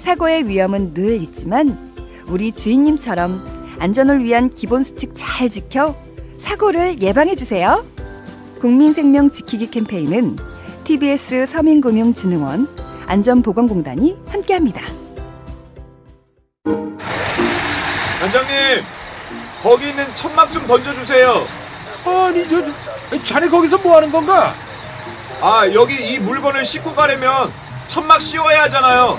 사고의 위험은 늘 있지만 우리 주인님처럼 안전을 위한 기본 수칙 잘 지켜 사고를 예방해 주세요. 국민생명 지키기 캠페인은 TBS 서민금융진흥원 안전보건공단이 함께합니다. 단장님 거기 있는 천막 좀 던져주세요 아니 저 자네 거기서 뭐 하는 건가? 아 여기 이 물건을 싣고 가려면 천막 씌워야 하잖아요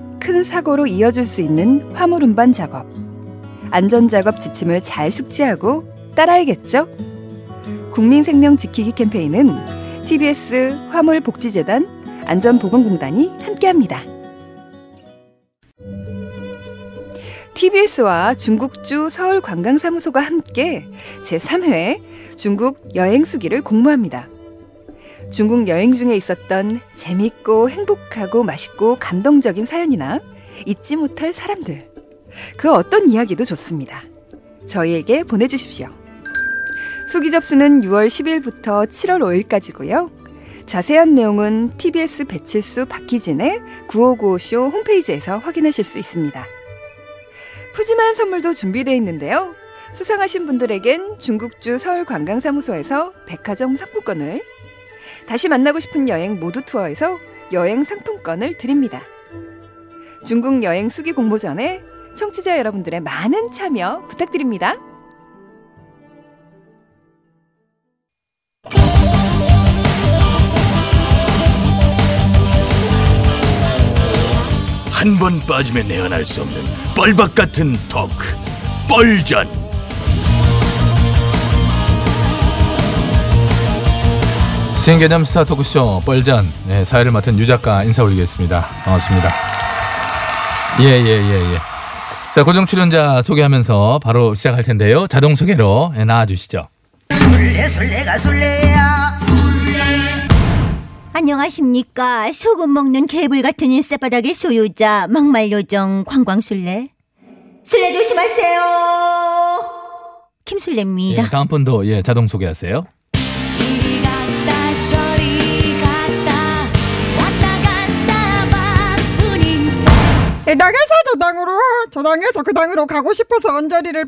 큰 사고로 이어질 수 있는 화물 운반 작업. 안전 작업 지침을 잘 숙지하고 따라야겠죠. 국민 생명 지키기 캠페인은 TBS 화물복지재단 안전보건공단이 함께합니다. TBS와 중국주 서울관광사무소가 함께 제3회 중국 여행 수기를 공모합니다. 중국 여행 중에 있었던 재밌고 행복하고 맛있고 감동적인 사연이나 잊지 못할 사람들. 그 어떤 이야기도 좋습니다. 저희에게 보내주십시오. 수기 접수는 6월 10일부터 7월 5일까지고요. 자세한 내용은 TBS 배칠수 박희진의 9595쇼 홈페이지에서 확인하실 수 있습니다. 푸짐한 선물도 준비되어 있는데요. 수상하신 분들에겐 중국주 서울관광사무소에서 백화점 상품권을 다시 만나고 싶은 여행 모두 투어에서 여행 상품권을 드립니다. 중국 여행 수기 공모 전에 청취자 여러분들의 많은 참여 부탁드립니다. 한 번 빠지면 내안할 수 없는 뻘박 같은 토크 뻘전 신개념 스타 토크쇼 뻘전 네, 사회를 맡은 유 작가 인사 올리겠습니다. 반갑습니다. 예예예 예, 예. 자 고정 출연자 소개하면서 바로 시작할 텐데요. 자동 소개로 예, 나와주시죠. 술래 술래가 술래야 안녕하십니까 소금 먹는 개불 같은 인쇄바닥의 소유자 막말 요정 관광술래 술래 조심하세요 예, 김술래입니다 다음 분도 예 자동 소개하세요. 이리 갔다 저리 갔다 왔다 갔다 바쁜 인생 당에서 저 당으로 저 당에서 그 당으로 가고 싶어서 언저리를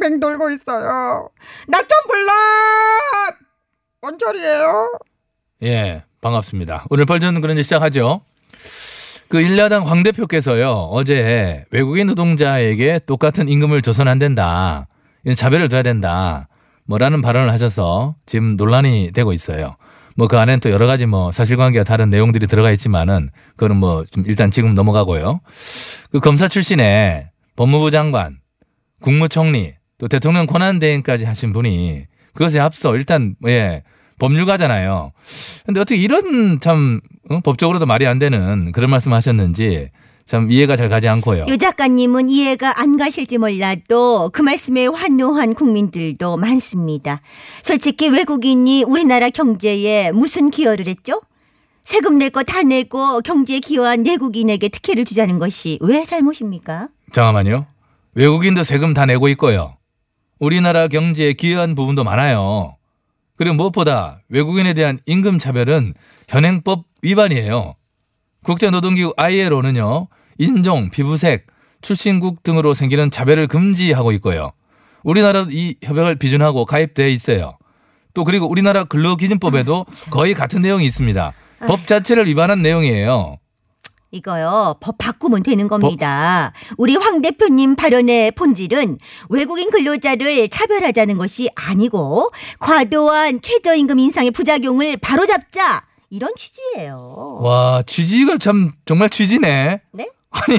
뱅뱅 돌고 있어요 나 좀 불러 언저리예요 예, 반갑습니다. 오늘 벌전 그런지 시작하죠. 그 일야당 황 대표께서요, 어제 외국인 노동자에게 똑같은 임금을 줘선 안 된다. 이건 자별을 둬야 된다. 뭐라는 발언을 하셔서 지금 논란이 되고 있어요. 뭐 그 안엔 또 여러 가지 뭐 사실관계와 다른 내용들이 들어가 있지만은 그거는 뭐 좀 일단 지금 넘어가고요. 그 검사 출신의 법무부 장관, 국무총리, 또 대통령 권한대행까지 하신 분이 그것에 앞서 일단, 예, 법률가잖아요. 근데 어떻게 이런 참 어? 법적으로도 말이 안 되는 그런 말씀 하셨는지 참 이해가 잘 가지 않고요. 유 작가님은 이해가 안 가실지 몰라도 그 말씀에 환호한 국민들도 많습니다. 솔직히 외국인이 우리나라 경제에 무슨 기여를 했죠? 세금 낼 거 다 내고 경제에 기여한 내국인에게 특혜를 주자는 것이 왜 잘못입니까? 잠깐만요. 외국인도 세금 다 내고 있고요. 우리나라 경제에 기여한 부분도 많아요. 그리고 무엇보다 외국인에 대한 임금 차별은 현행법 위반이에요. 국제노동기구 ILO는요, 인종, 피부색, 출신국 등으로 생기는 차별을 금지하고 있고요. 우리나라도 이 협약을 비준하고 가입돼 있어요. 또 그리고 우리나라 근로기준법에도 거의 같은 내용이 있습니다. 법 자체를 위반한 내용이에요. 이거요. 법 바꾸면 되는 겁니다. 우리 황 대표님 발언의 본질은 외국인 근로자를 차별하자는 것이 아니고 과도한 최저임금 인상의 부작용을 바로잡자 이런 취지예요. 와, 취지가 참 정말 취지네. 네? 아니,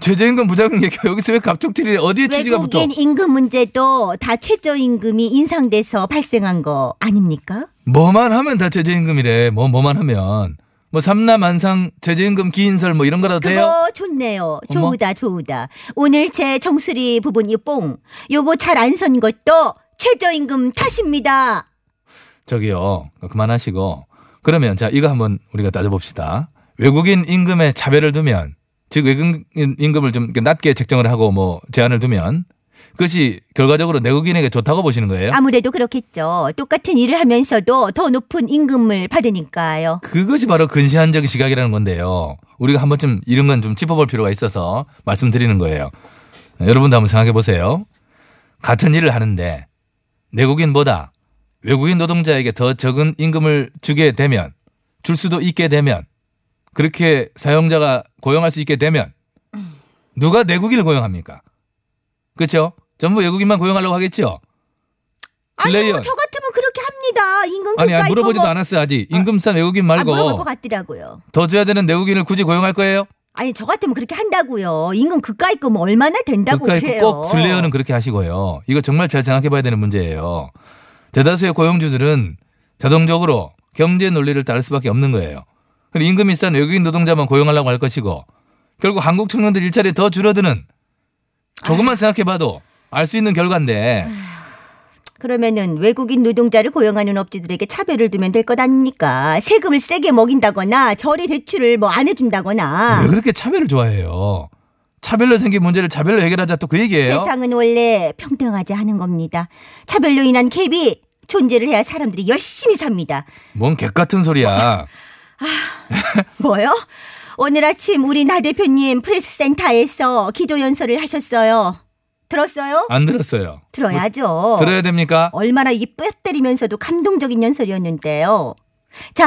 최저임금 부작용 얘기 여기서 왜 갑툭튀를 해? 어디에 취지가 붙어? 외국인 임금 문제도 다 최저임금이 인상돼서 발생한 거 아닙니까? 뭐만 하면 다 최저임금이래. 뭐 뭐만 하면 뭐 삼남 안상 최저임금 기인설 뭐 이런 거라도 돼요. 그거 좋네요. 좋으다, 좋으다. 오늘 제 정수리 부분 이 뽕. 요거 잘 안 선 것도 최저임금 탓입니다. 저기요. 그만하시고 그러면 자 이거 한번 우리가 따져봅시다. 외국인 임금에 차별을 두면 즉 외국인 임금을 좀 이렇게 낮게 책정을 하고 뭐 제한을 두면 그것이 결과적으로 내국인에게 좋다고 보시는 거예요? 아무래도 그렇겠죠. 똑같은 일을 하면서도 더 높은 임금을 받으니까요. 그것이 바로 근시안적 시각이라는 건데요. 우리가 한 번쯤 이런 건 좀 짚어볼 필요가 있어서 말씀드리는 거예요. 여러분도 한번 생각해 보세요. 같은 일을 하는데 내국인보다 외국인 노동자에게 더 적은 임금을 주게 되면 줄 수도 있게 되면 그렇게 사용자가 고용할 수 있게 되면 누가 내국인을 고용합니까? 그렇죠? 전부 외국인만 고용하려고 하겠죠? 아니, 실례요. 뭐 저 같으면 그렇게 합니다. 임금 아니, 국가 아니 이거 물어보지도 뭐- 않았어요 아직 임금싼 외국인 말고 아, 물어볼 것 같더라고요. 더 줘야 되는 내국인을 굳이 고용할 거예요? 아니, 저 같으면 그렇게 한다고요. 임금 그까이 거뭐 얼마나 된다고 그러니까 그래요. 꼭 슬레어는 그렇게 하시고요. 이거 정말 잘 생각해봐야 되는 문제예요. 대다수의 고용주들은 자동적으로 경제 논리를 따를 수밖에 없는 거예요. 그리고 임금이 싼 외국인 노동자만 고용하려고 할 것이고 결국 한국 청년들 일자리 더 줄어드는 아. 조금만 생각해봐도 알 수 있는 결과인데 그러면은 외국인 노동자를 고용하는 업주들에게 차별을 두면 될 것 아닙니까? 세금을 세게 먹인다거나 저리 대출을 뭐 안 해준다거나. 왜 그렇게 차별을 좋아해요? 차별로 생긴 문제를 차별로 해결하자 또 그 얘기예요. 세상은 원래 평등하지 않은 겁니다. 차별로 인한 갭이 존재를 해야 사람들이 열심히 삽니다. 뭔 객 같은 소리야. 뭐요? 오늘 아침 우리 나 대표님 프레스센터에서 기조연설을 하셨어요. 들었어요? 안 들었어요. 아, 뭐, 들어야죠. 들어야 됩니까? 얼마나 이게 뼈때리면서도 감동적인 연설이었는데요. 자,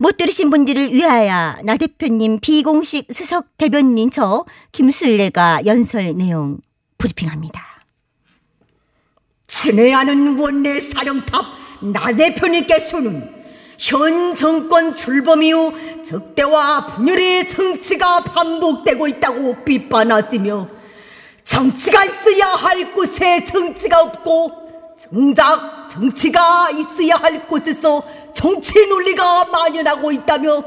못 들으신 분들을 위하여 나 대표님 비공식 수석 대변인 저 김수일레가 연설 내용 브리핑합니다. 친애하는 원내 사령탑 나 대표님께서는 현 정권 출범 이후 적대와 분열의 정치가 반복되고 있다고 비판하시며 정치가 있어야 할 곳에 정치가 없고 정작 정치가 있어야 할 곳에서 정치 논리가 만연하고 있다며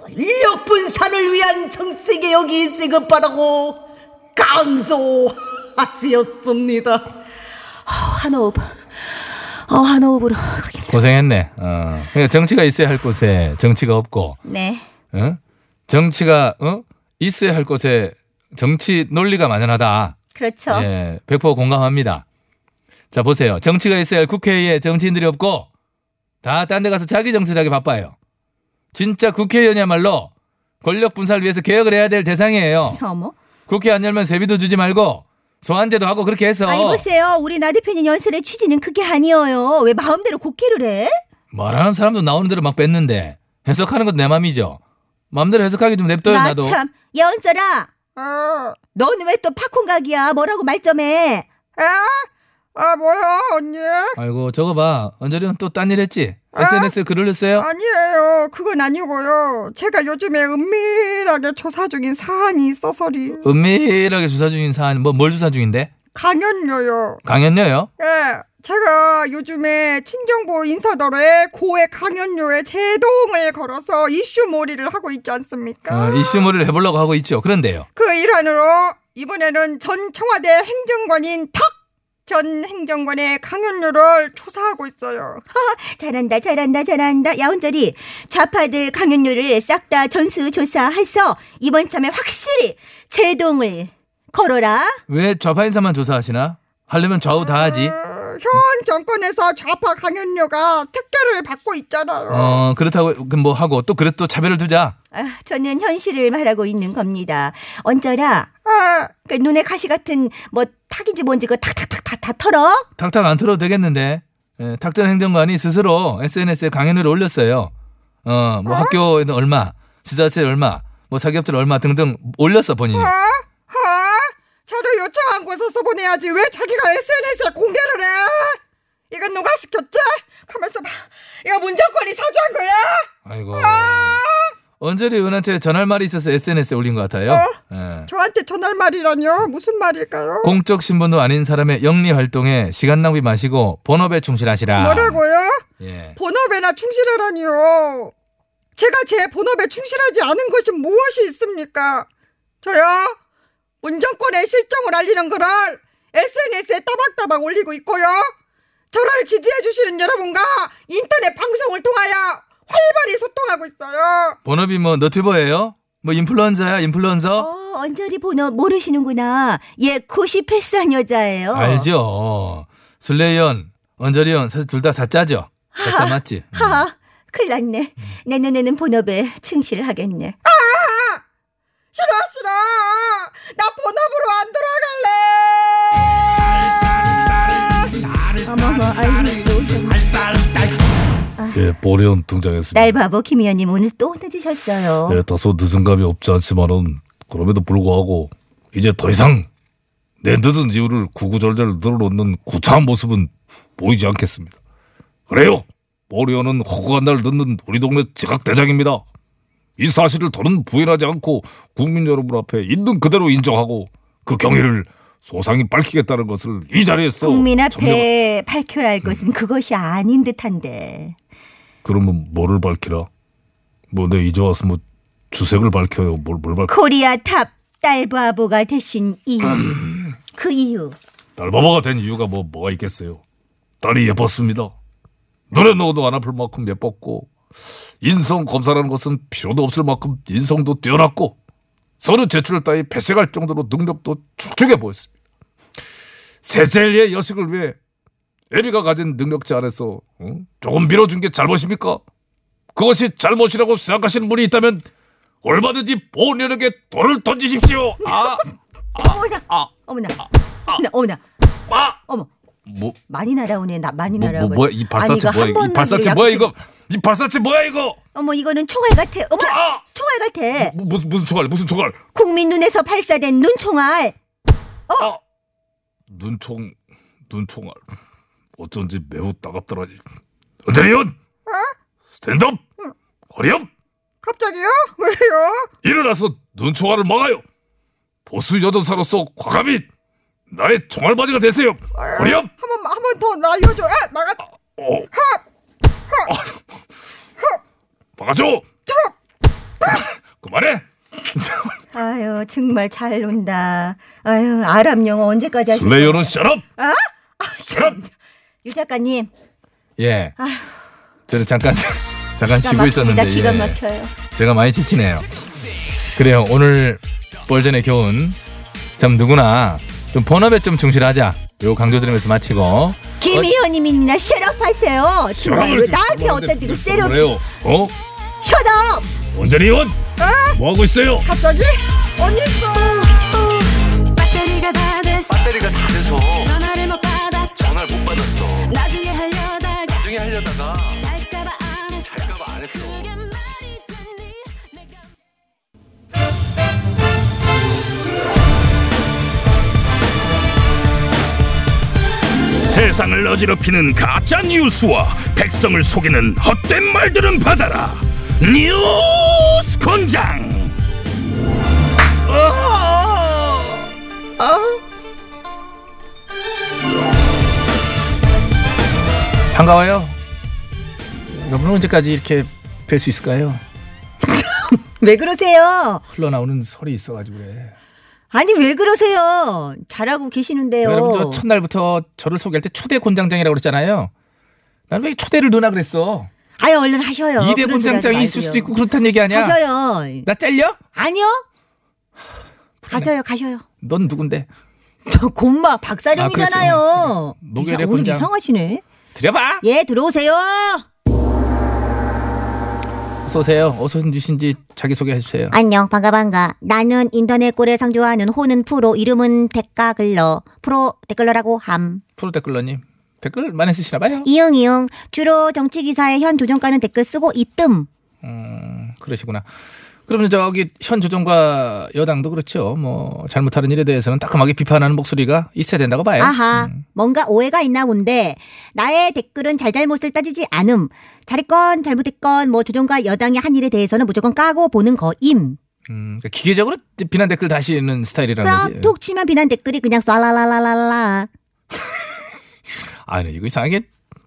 권력 분산을 위한 정치 개혁이 시급하다고 강조하셨습니다. 한호흡. 어, 한호흡으로 가겠네. 고생했네. 어. 그러니까 정치가 있어야 할 곳에 정치가 없고, 네. 어? 정치가 어? 있어야 할 곳에 정치 논리가 만연하다. 그렇죠. 예, 100% 공감합니다. 자 보세요. 정치가 있어야 할 국회에 정치인들이 없고 다 딴 데 가서 자기 정세하게 바빠요. 진짜 국회의원이야말로 권력 분사를 위해서 개혁을 해야 될 대상이에요. 저 뭐? 국회 안 열면 세비도 주지 말고 소환제도 하고 그렇게 해서 아니 보세요. 우리 나 대표님 연설의 취지는 그게 아니어요. 왜 마음대로 곡해를 해? 말하는 사람도 나오는 대로 막 뺐는데 해석하는 것도 내 맘이죠. 맘대로 해석하기 좀 냅둬요 나 나도. 참. 연설아. 아, 너는 왜 또 팝콘 각이야? 뭐라고 말점해? 에? 아 뭐야 언니? 아이고 저거 봐 언저리는 또 딴 일 했지 SNS에 글 올렸어요 아니에요. 그건 아니고요. 제가 요즘에 은밀하게 조사 중인 사안이 있어서리 은밀하게 조사 중인 사안 뭐 뭘 조사 중인데 강연료요. 강연료요 예. 제가 요즘에 친정부 인사들의 고액 강연료에 제동을 걸어서 이슈몰이를 하고 있지 않습니까? 어, 이슈몰이를 해보려고 하고 있죠 그런데요 그 일환으로 이번에는 전 청와대 행정관인 탁 전 행정관의 강연료를 조사하고 있어요. 잘한다, 잘한다, 잘한다. 야, 혼절이 좌파들 강연료를 싹 다 전수조사해서 이번 참에 확실히 제동을 걸어라. 왜 좌파 인사만 조사하시나 하려면 좌우 다 하지 어, 현 정권에서 좌파 강연료가 특혜를 받고 있잖아요. 어 그렇다고 그뭐 하고 또 그래 또 차별을 두자 아, 저는 현실을 말하고 있는 겁니다. 언절아, 아, 그 눈에 가시 같은 뭐 탁인지 뭔지 그 탁탁탁 다, 다 털어. 탁탁 안 틀어도 되겠는데 예, 탁전 행정관이 스스로 SNS에 강연을 올렸어요 어 뭐 학교에는 얼마 지자체 얼마 뭐 사기업들 얼마 등등 올렸어 본인이. 하? 자료 요청한 곳에 써보내야지 왜 자기가 SNS에 공개를 해? 이건 누가 시켰지? 가만있어 봐. 이거 문정권이 사주한 거야? 아이고. 언저리 의원한테 전할 말이 있어서 SNS에 올린 것 같아요. 어? 예. 저한테 전할 말이라뇨? 무슨 말일까요? 공적 신분도 아닌 사람의 영리 활동에 시간 낭비 마시고 본업에 충실하시라. 뭐라고요? 예. 본업에나 충실하라니요. 제가 제 본업에 충실하지 않은 것이 무엇이 있습니까? 저요 운전권의 실정을 알리는 글을 SNS에 따박따박 올리고 있고요. 저를 지지해 주시는 여러분과 인터넷 방송을 통하여 활발히 소통하고 있어요. 본업이 뭐 너튜버예요? 뭐 인플루언서야 인플루언서? 어, 언저리 본업 모르시는구나. 예, 고시 패스한 어. 여자예요. 알죠. 술래연, 언저리연 사실 둘 다 사짜죠. 사짜 맞지? 음. 하하, 큰일 났네. 음. 내 눈에는 본업에 충실을 하겠네. 싫어 싫어. 나 본업으로 안 돌아갈래. 어머머, 아이고. 예, 보리온 등장했습니다. 딸 바보 김 의원님 오늘 또 늦으셨어요. 예, 다소 늦은 감이 없지 않지만은 그럼에도 불구하고 이제 더 이상 내 늦은 이유를 구구절절 늘어놓는 구차한 모습은 보이지 않겠습니다. 그래요. 보리오는 허구한 날 늦는 우리 동네 지각 대장입니다. 이 사실을 더는 부인하지 않고 국민 여러분 앞에 있는 그대로 인정하고 그 경위를 소상히 밝히겠다는 것을 이 자리에서 국민 전면- 앞에 밝혀야 음. 할 것은 그것이 아닌 듯한데. 그러면 뭐를 밝히라? 뭐 내 이제 와서 뭐 주색을 밝혀요. 뭘 뭘 밝혀? 코리아 탑 딸 바보가 되신 이유. 음. 그 이유. 딸 바보가 된 이유가 뭐 뭐가 있겠어요? 딸이 예뻤습니다. 눈에 넣어도 안 아플 만큼 예뻤고 인성 검사라는 것은 필요도 없을 만큼 인성도 뛰어났고 서류 제출 따위 배색할 정도로 능력도 축축해 보였습니다. 세젤리의 여식을 위해 에리가 가진 능력치 안에서 어? 조금 밀어준 게 잘못입니까? 그것이 잘못이라고 생각하시는 분이 있다면 얼마든지 보호력에 돌을 던지십시오. 아, 어머나, 어머나, 어머나, 어머나. 어머, 뭐 많이 날아오네. 나 많이 뭐, 뭐, 날아오네. 뭐야 이 발사체 아니, 뭐야 이거 이거? 한이 번만 그 발사체 우리 뭐야 약속- 이거 이 발사체 뭐야 이거 어머, 이거는 총알 같아. 어머, 아! 총알 같아. 무- 무슨 무슨 총알 무슨 총알 국민 눈에서 발사된 눈총알. 아 눈총 눈총알 어쩐지 매우 따갑더라니 언제리온 스탠드업 허리업 어? 갑자기요? 왜요? 일어나서 눈총알을 막아요 보수 여전사로서 과감히 나의 총알바지가 되세요 허리업 한번 한 번 더 날려줘. 아, 막았. 어. 아, 막아줘 그만해 아유, 정말 잘 논다. 아유, 아랍 영어 언제까지 하실 거예요? 슬레이어는 셧업 아? 셧업 유 작가님, 예. 저는 잠깐 잠깐 기가 쉬고 막힙니다. 있었는데 기가 예. 막혀요. 제가 많이 지치네요. 그래요. 오늘 뻘전의 교훈 참 누구나 좀 본업에 좀 충실하자. 요 강조드리면서 마치고 김 의원님이나 셋업 하세요. 정말 왜 셋업을 뭐 나한테 뭐 지금 어떤 일을 셋업. 그래요. 어? 셋업! 원전이 원? 어? 뭐 하고 있어요? 갑자기 언니 있어. 배터리가 다 됐어 배터리가 다 돼서 전화를 못 받았어 전화를 못 받았어 나중에 하려다가 나중에 하려다가 잘까봐 안 했어 잘까봐 안 했어 그게 말이 되니 내가 세상을 어지럽히는 가짜 뉴스와 백성을 속이는 헛된 말들은 받아라. 뉴스 권장. 반가워요. 여러분 언제까지 이렇게 뵐 수 있을까요? 왜 그러세요? 흘러나오는 설이 있어가지고 그래. 아니, 왜 그러세요? 잘하고 계시는데요. 여러분 네, 저 첫날부터 저를 소개할 때 초대 권장장이라고 그랬잖아요. 난 왜 초대를 누나 그랬어? 아유, 얼른 하셔요. 이 2대 그런 소리 하지 권장장이 있을 마세요. 수도 있고 그렇다는 얘기 아니야? 가셔요. 나 잘려? 아니요? 가셔요, 가셔요. 넌 누군데? 저 곰마 박사령이잖아요. 네. 목요일에 이상- 오늘 권장. 이상하시네. 들여봐. 예, 들어오세요. 어서 오세요. 어서 누신지 자기 소개해 주세요. 아, 안녕 반가 반가 나는 인터넷 꼴에 상주하는 호는 프로 이름은 댓가글러 프로 댓글러라고 함 프로 댓글러님 댓글 많이 쓰시나 봐요. 이응 이응 주로 정치 기사에 현 조정가는 댓글 쓰고 있뜸 음, 그러시구나. 그러면 저기 현 조정과 여당도 그렇죠. 뭐 잘못하는 일에 대해서는 따끔하게 비판하는 목소리가 있어야 된다고 네. 봐요. 아하, 뭔가 오해가 있나 본데 나의 댓글은 잘잘못을 따지지 않음. 잘했건 잘못했건 뭐 조정과 여당의 한 일에 대해서는 무조건 까고 보는 거임. 음, 그러니까 기계적으로 비난 댓글 다시는 스타일이라는 그럼 거지. 툭 치면 비난 댓글이 그냥 쏴라라라라라. 아, 네, 이거 이상하게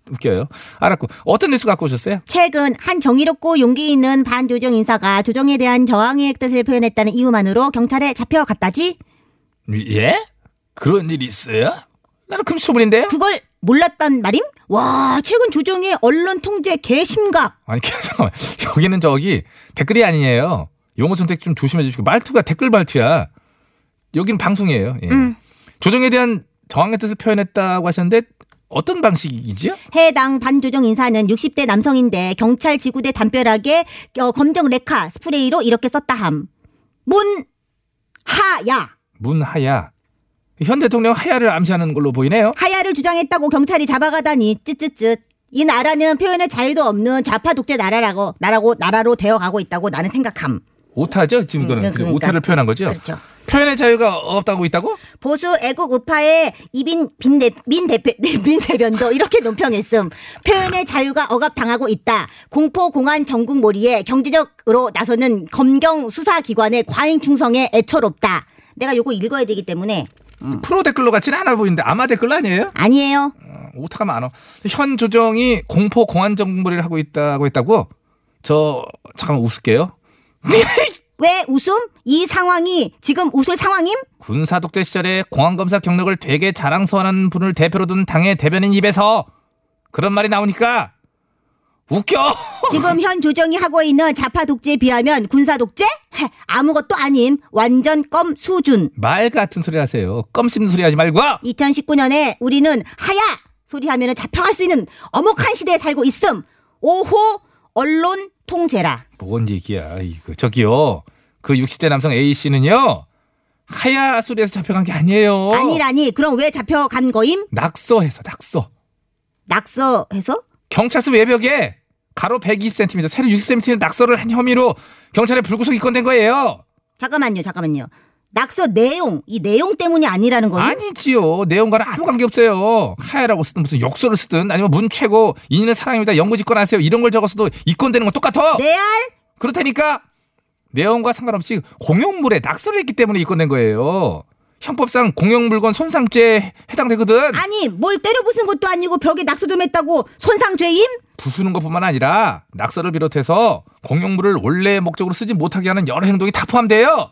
웃겨요. 알았고 어떤 뉴스 갖고 오셨어요? 최근 한 정의롭고 용기 있는 반조정 인사가 조정에 대한 저항의 뜻을 표현했다는 이유만으로 경찰에 잡혀갔다지? 예? 그런 일이 있어요? 나는 금수초문인데요. 그걸 몰랐단 말임? 와, 최근 조정의 언론 통제 개심각. 아니 잠깐만 여기는 저기 댓글이 아니에요. 용어 선택 좀 조심해 주시고 말투가 댓글 말투야. 여긴 방송이에요. 예. 음. 조정에 대한 저항의 뜻을 표현했다고 하셨는데 어떤 방식이지요? 해당 반조정 인사는 60대 남성인데 경찰 지구대 담벼락에 어, 검정 레카 스프레이로 이렇게 썼다함. 문 하야. 문하야. 현 대통령 하야를 암시하는 걸로 보이네요. 하야를 주장했다고 경찰이 잡아가다니 쯧쯧쯧. 이 나라는 표현의 자유도 없는 좌파 독재 나라라고 나라고 나라로 되어가고 있다고 나는 생각함. 오타죠 지금 이거는 음, 그러니까. 오타를 표현한 거죠. 그렇죠. 표현의 자유가 없다고 있다고? 보수 애국 우파의 이빈 빈대, 민 대표 민 대변도 이렇게 논평했음. 표현의 자유가 억압당하고 있다. 공포 공안 전국 몰이에 경제적으로 나서는 검경 수사 기관의 과잉 충성에 애처롭다. 내가 요거 읽어야 되기 때문에 프로 댓글로 같지는 않아 보이는데 아마 댓글 아니에요? 아니에요. 어, 오타가 많아. 현 조정이 공포 공안 정보를 하고 있다고 했다고? 저 잠깐만 웃을게요. 왜 웃음? 이 상황이 지금 웃을 상황임? 군사 독재 시절에 공안 검사 경력을 되게 자랑스러워하는 분을 대표로 둔 당의 대변인 입에서 그런 말이 나오니까 웃겨. 지금 현 조정이 하고 있는 좌파 독재에 비하면 군사 독재? 헤, 아무것도 아님. 완전 껌 수준. 말 같은 소리 하세요. 껌 씹는 소리 하지 말고. 2019년에 우리는 하야 소리하면 잡혀갈 수 있는 어목한 시대에 살고 있음. 5호 언론 통제라. 뭔 얘기야 이거 저기요 그 60대 남성 A 씨는요 하야 소리에서 잡혀간 게 아니에요. 아니라니 그럼 왜 잡혀간 거임? 낙서해서 낙서. 낙서해서? 경찰서 외벽에 가로 120cm, 세로 60cm 낙서를 한 혐의로 경찰에 불구속 입건된 거예요. 잠깐만요 잠깐만요. 낙서 내용 이 내용 때문이 아니라는 거임? 아니지요. 내용과는 아무 관계 없어요. 하야라고 쓰든 무슨 역설을 쓰든 아니면 문 최고 인인은 사랑입니다. 연구 집권하세요. 이런 걸 적었어도 입건되는 건 똑같아. 레알? 그렇다니까 내용과 상관없이 공용물에 낙서를 했기 때문에 입건된 거예요. 형법상 공용물건 손상죄에 해당되거든. 아니 뭘 때려 부순 것도 아니고 벽에 낙서 좀 했다고 손상죄임? 부수는 것뿐만 아니라 낙서를 비롯해서 공용물을 원래 목적으로 쓰지 못하게 하는 여러 행동이 다 포함돼요.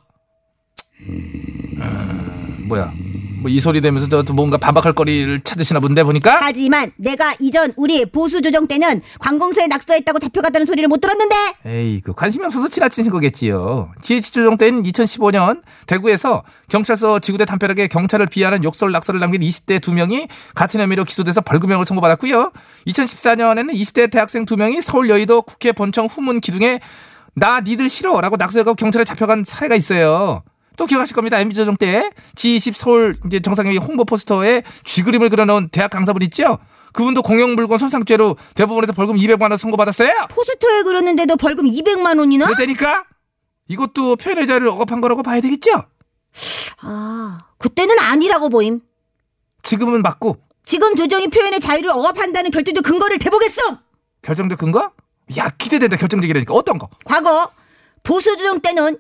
음, 뭐야? 뭐 이 소리 되면서 저또 뭔가 반박할 거리를 찾으시나 본데 보니까 하지만 내가 이전 우리 보수 조정 때는 관공서에 낙서했다고 잡혀갔다는 소리를 못 들었는데 에이 그 관심이 없어서 지나치신 거겠지요. GH 조정 때인 2015년 대구에서 경찰서 지구대 담벼락에 경찰을 비하하는 욕설 낙서를 남긴 20대 두 명이 같은 혐의로 기소돼서 벌금형을 선고받았고요. 2014년에는 20대 대학생 두 명이 서울 여의도 국회 본청 후문 기둥에 나 니들 싫어라고 낙서하고 경찰에 잡혀간 사례가 있어요. 또 기억하실 겁니다. MB 조정 때 G20 서울 이제 정상회의 홍보 포스터에 쥐 그림을 그려놓은 대학 강사분 있죠? 그분도 공용물건 손상죄로 대법원에서 벌금 200만 원 선고받았어요. 포스터에 그렸는데도 벌금 200만 원이나? 그때니까 이것도 표현의 자유를 억압한 거라고 봐야 되겠죠? 아, 그때는 아니라고 보임. 지금은 맞고 지금 조정이 표현의 자유를 억압한다는 결정적 근거를 대보겠소. 결정적 근거? 야 기대된다 결정적이라니까 어떤 거? 과거 보수 조정 때는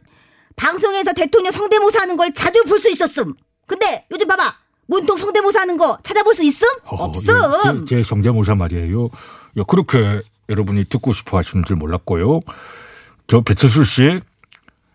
방송에서 대통령 성대모사 하는 걸 자주 볼 수 있었음. 근데 요즘 봐봐. 문통 성대모사 하는 거 찾아볼 수 있음? 네, 없음. 예, 제, 제 성대모사 말이에요. 야, 그렇게 여러분이 듣고 싶어 하시는 줄 몰랐고요. 저 배철수 씨,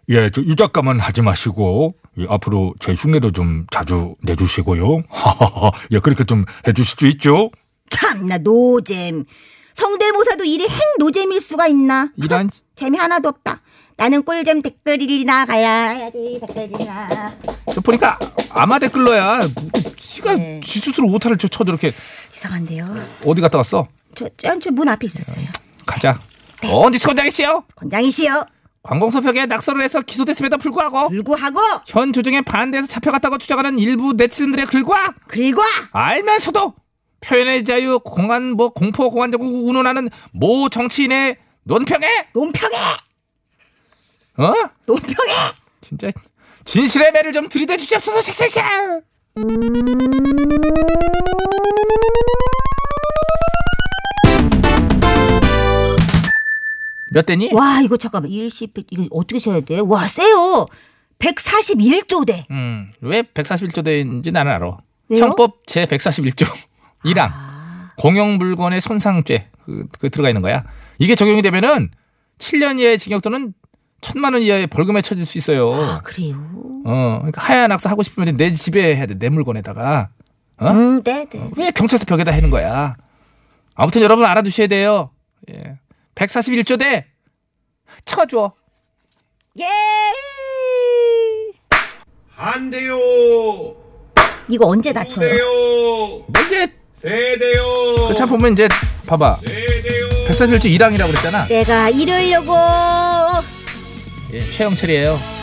예, 저 유작가만 하지 마시고, 예, 앞으로 제 흉내도 좀 자주 내주시고요. 하하하, 예, 그렇게 좀 해주실 수 있죠? 참나 노잼. 성대모사도 일이 행 노잼일 수가 있나? 이런 재미 하나도 없다. 나는 꿀잼 댓글이나 가야지 댓글이나. 저 보니까 아마 댓글러야 그 지가 네. 지 스스로 오타를 쳐, 쳐 저렇게 이상한데요. 어디 갔다 왔어? 저저문 앞에 있었어요. 가자 언제 시건장이시여 권장이 씨요. 관공서벽에 낙서를 해서 기소됐음에도 불구하고 불구하고 현 조정에 반대해서 잡혀갔다고 주장하는 일부 네티즌들의 글과 글과 알면서도 표현의 자유 공안 뭐 공포 공안 정국 운운하는 모 정치인의 논평에 논평에 어? 논평해! 진짜 진실의 매를 좀 들이대 주시옵소서 쉑쉑쉑. 몇 대니? 와 이거 잠깐만 1시 이거 어떻게 세야 돼? 와 세요. 141조 대. 음, 왜 141조 대인지 나는 알아. 왜요? 아. 형법 제 141조 1항 공용 물건의 손상죄 그, 그 들어가 있는 거야. 이게 적용이 되면은 7년 이하의 징역 또는 천만 원 이하의 벌금에 처질 수 있어요. 아 그래요. 어, 그러니까 하얀 악사 하고 싶으면 내 집에 해야 돼. 내 물건에다가. 어? 음, 네, 네. 왜 경찰서 벽에다 해는 거야? 아무튼 여러분 알아두셔야 돼요. 예. 141조 대 쳐줘. 예. 한 대요, 이거 네. 언제 다쳐요? 대요, 뭐 이제 세 대요, 그참 보면 이제 봐봐. 네 대요. 141조 1항이라고 그랬잖아. 내가 이러려고. 예, 최영철이에요.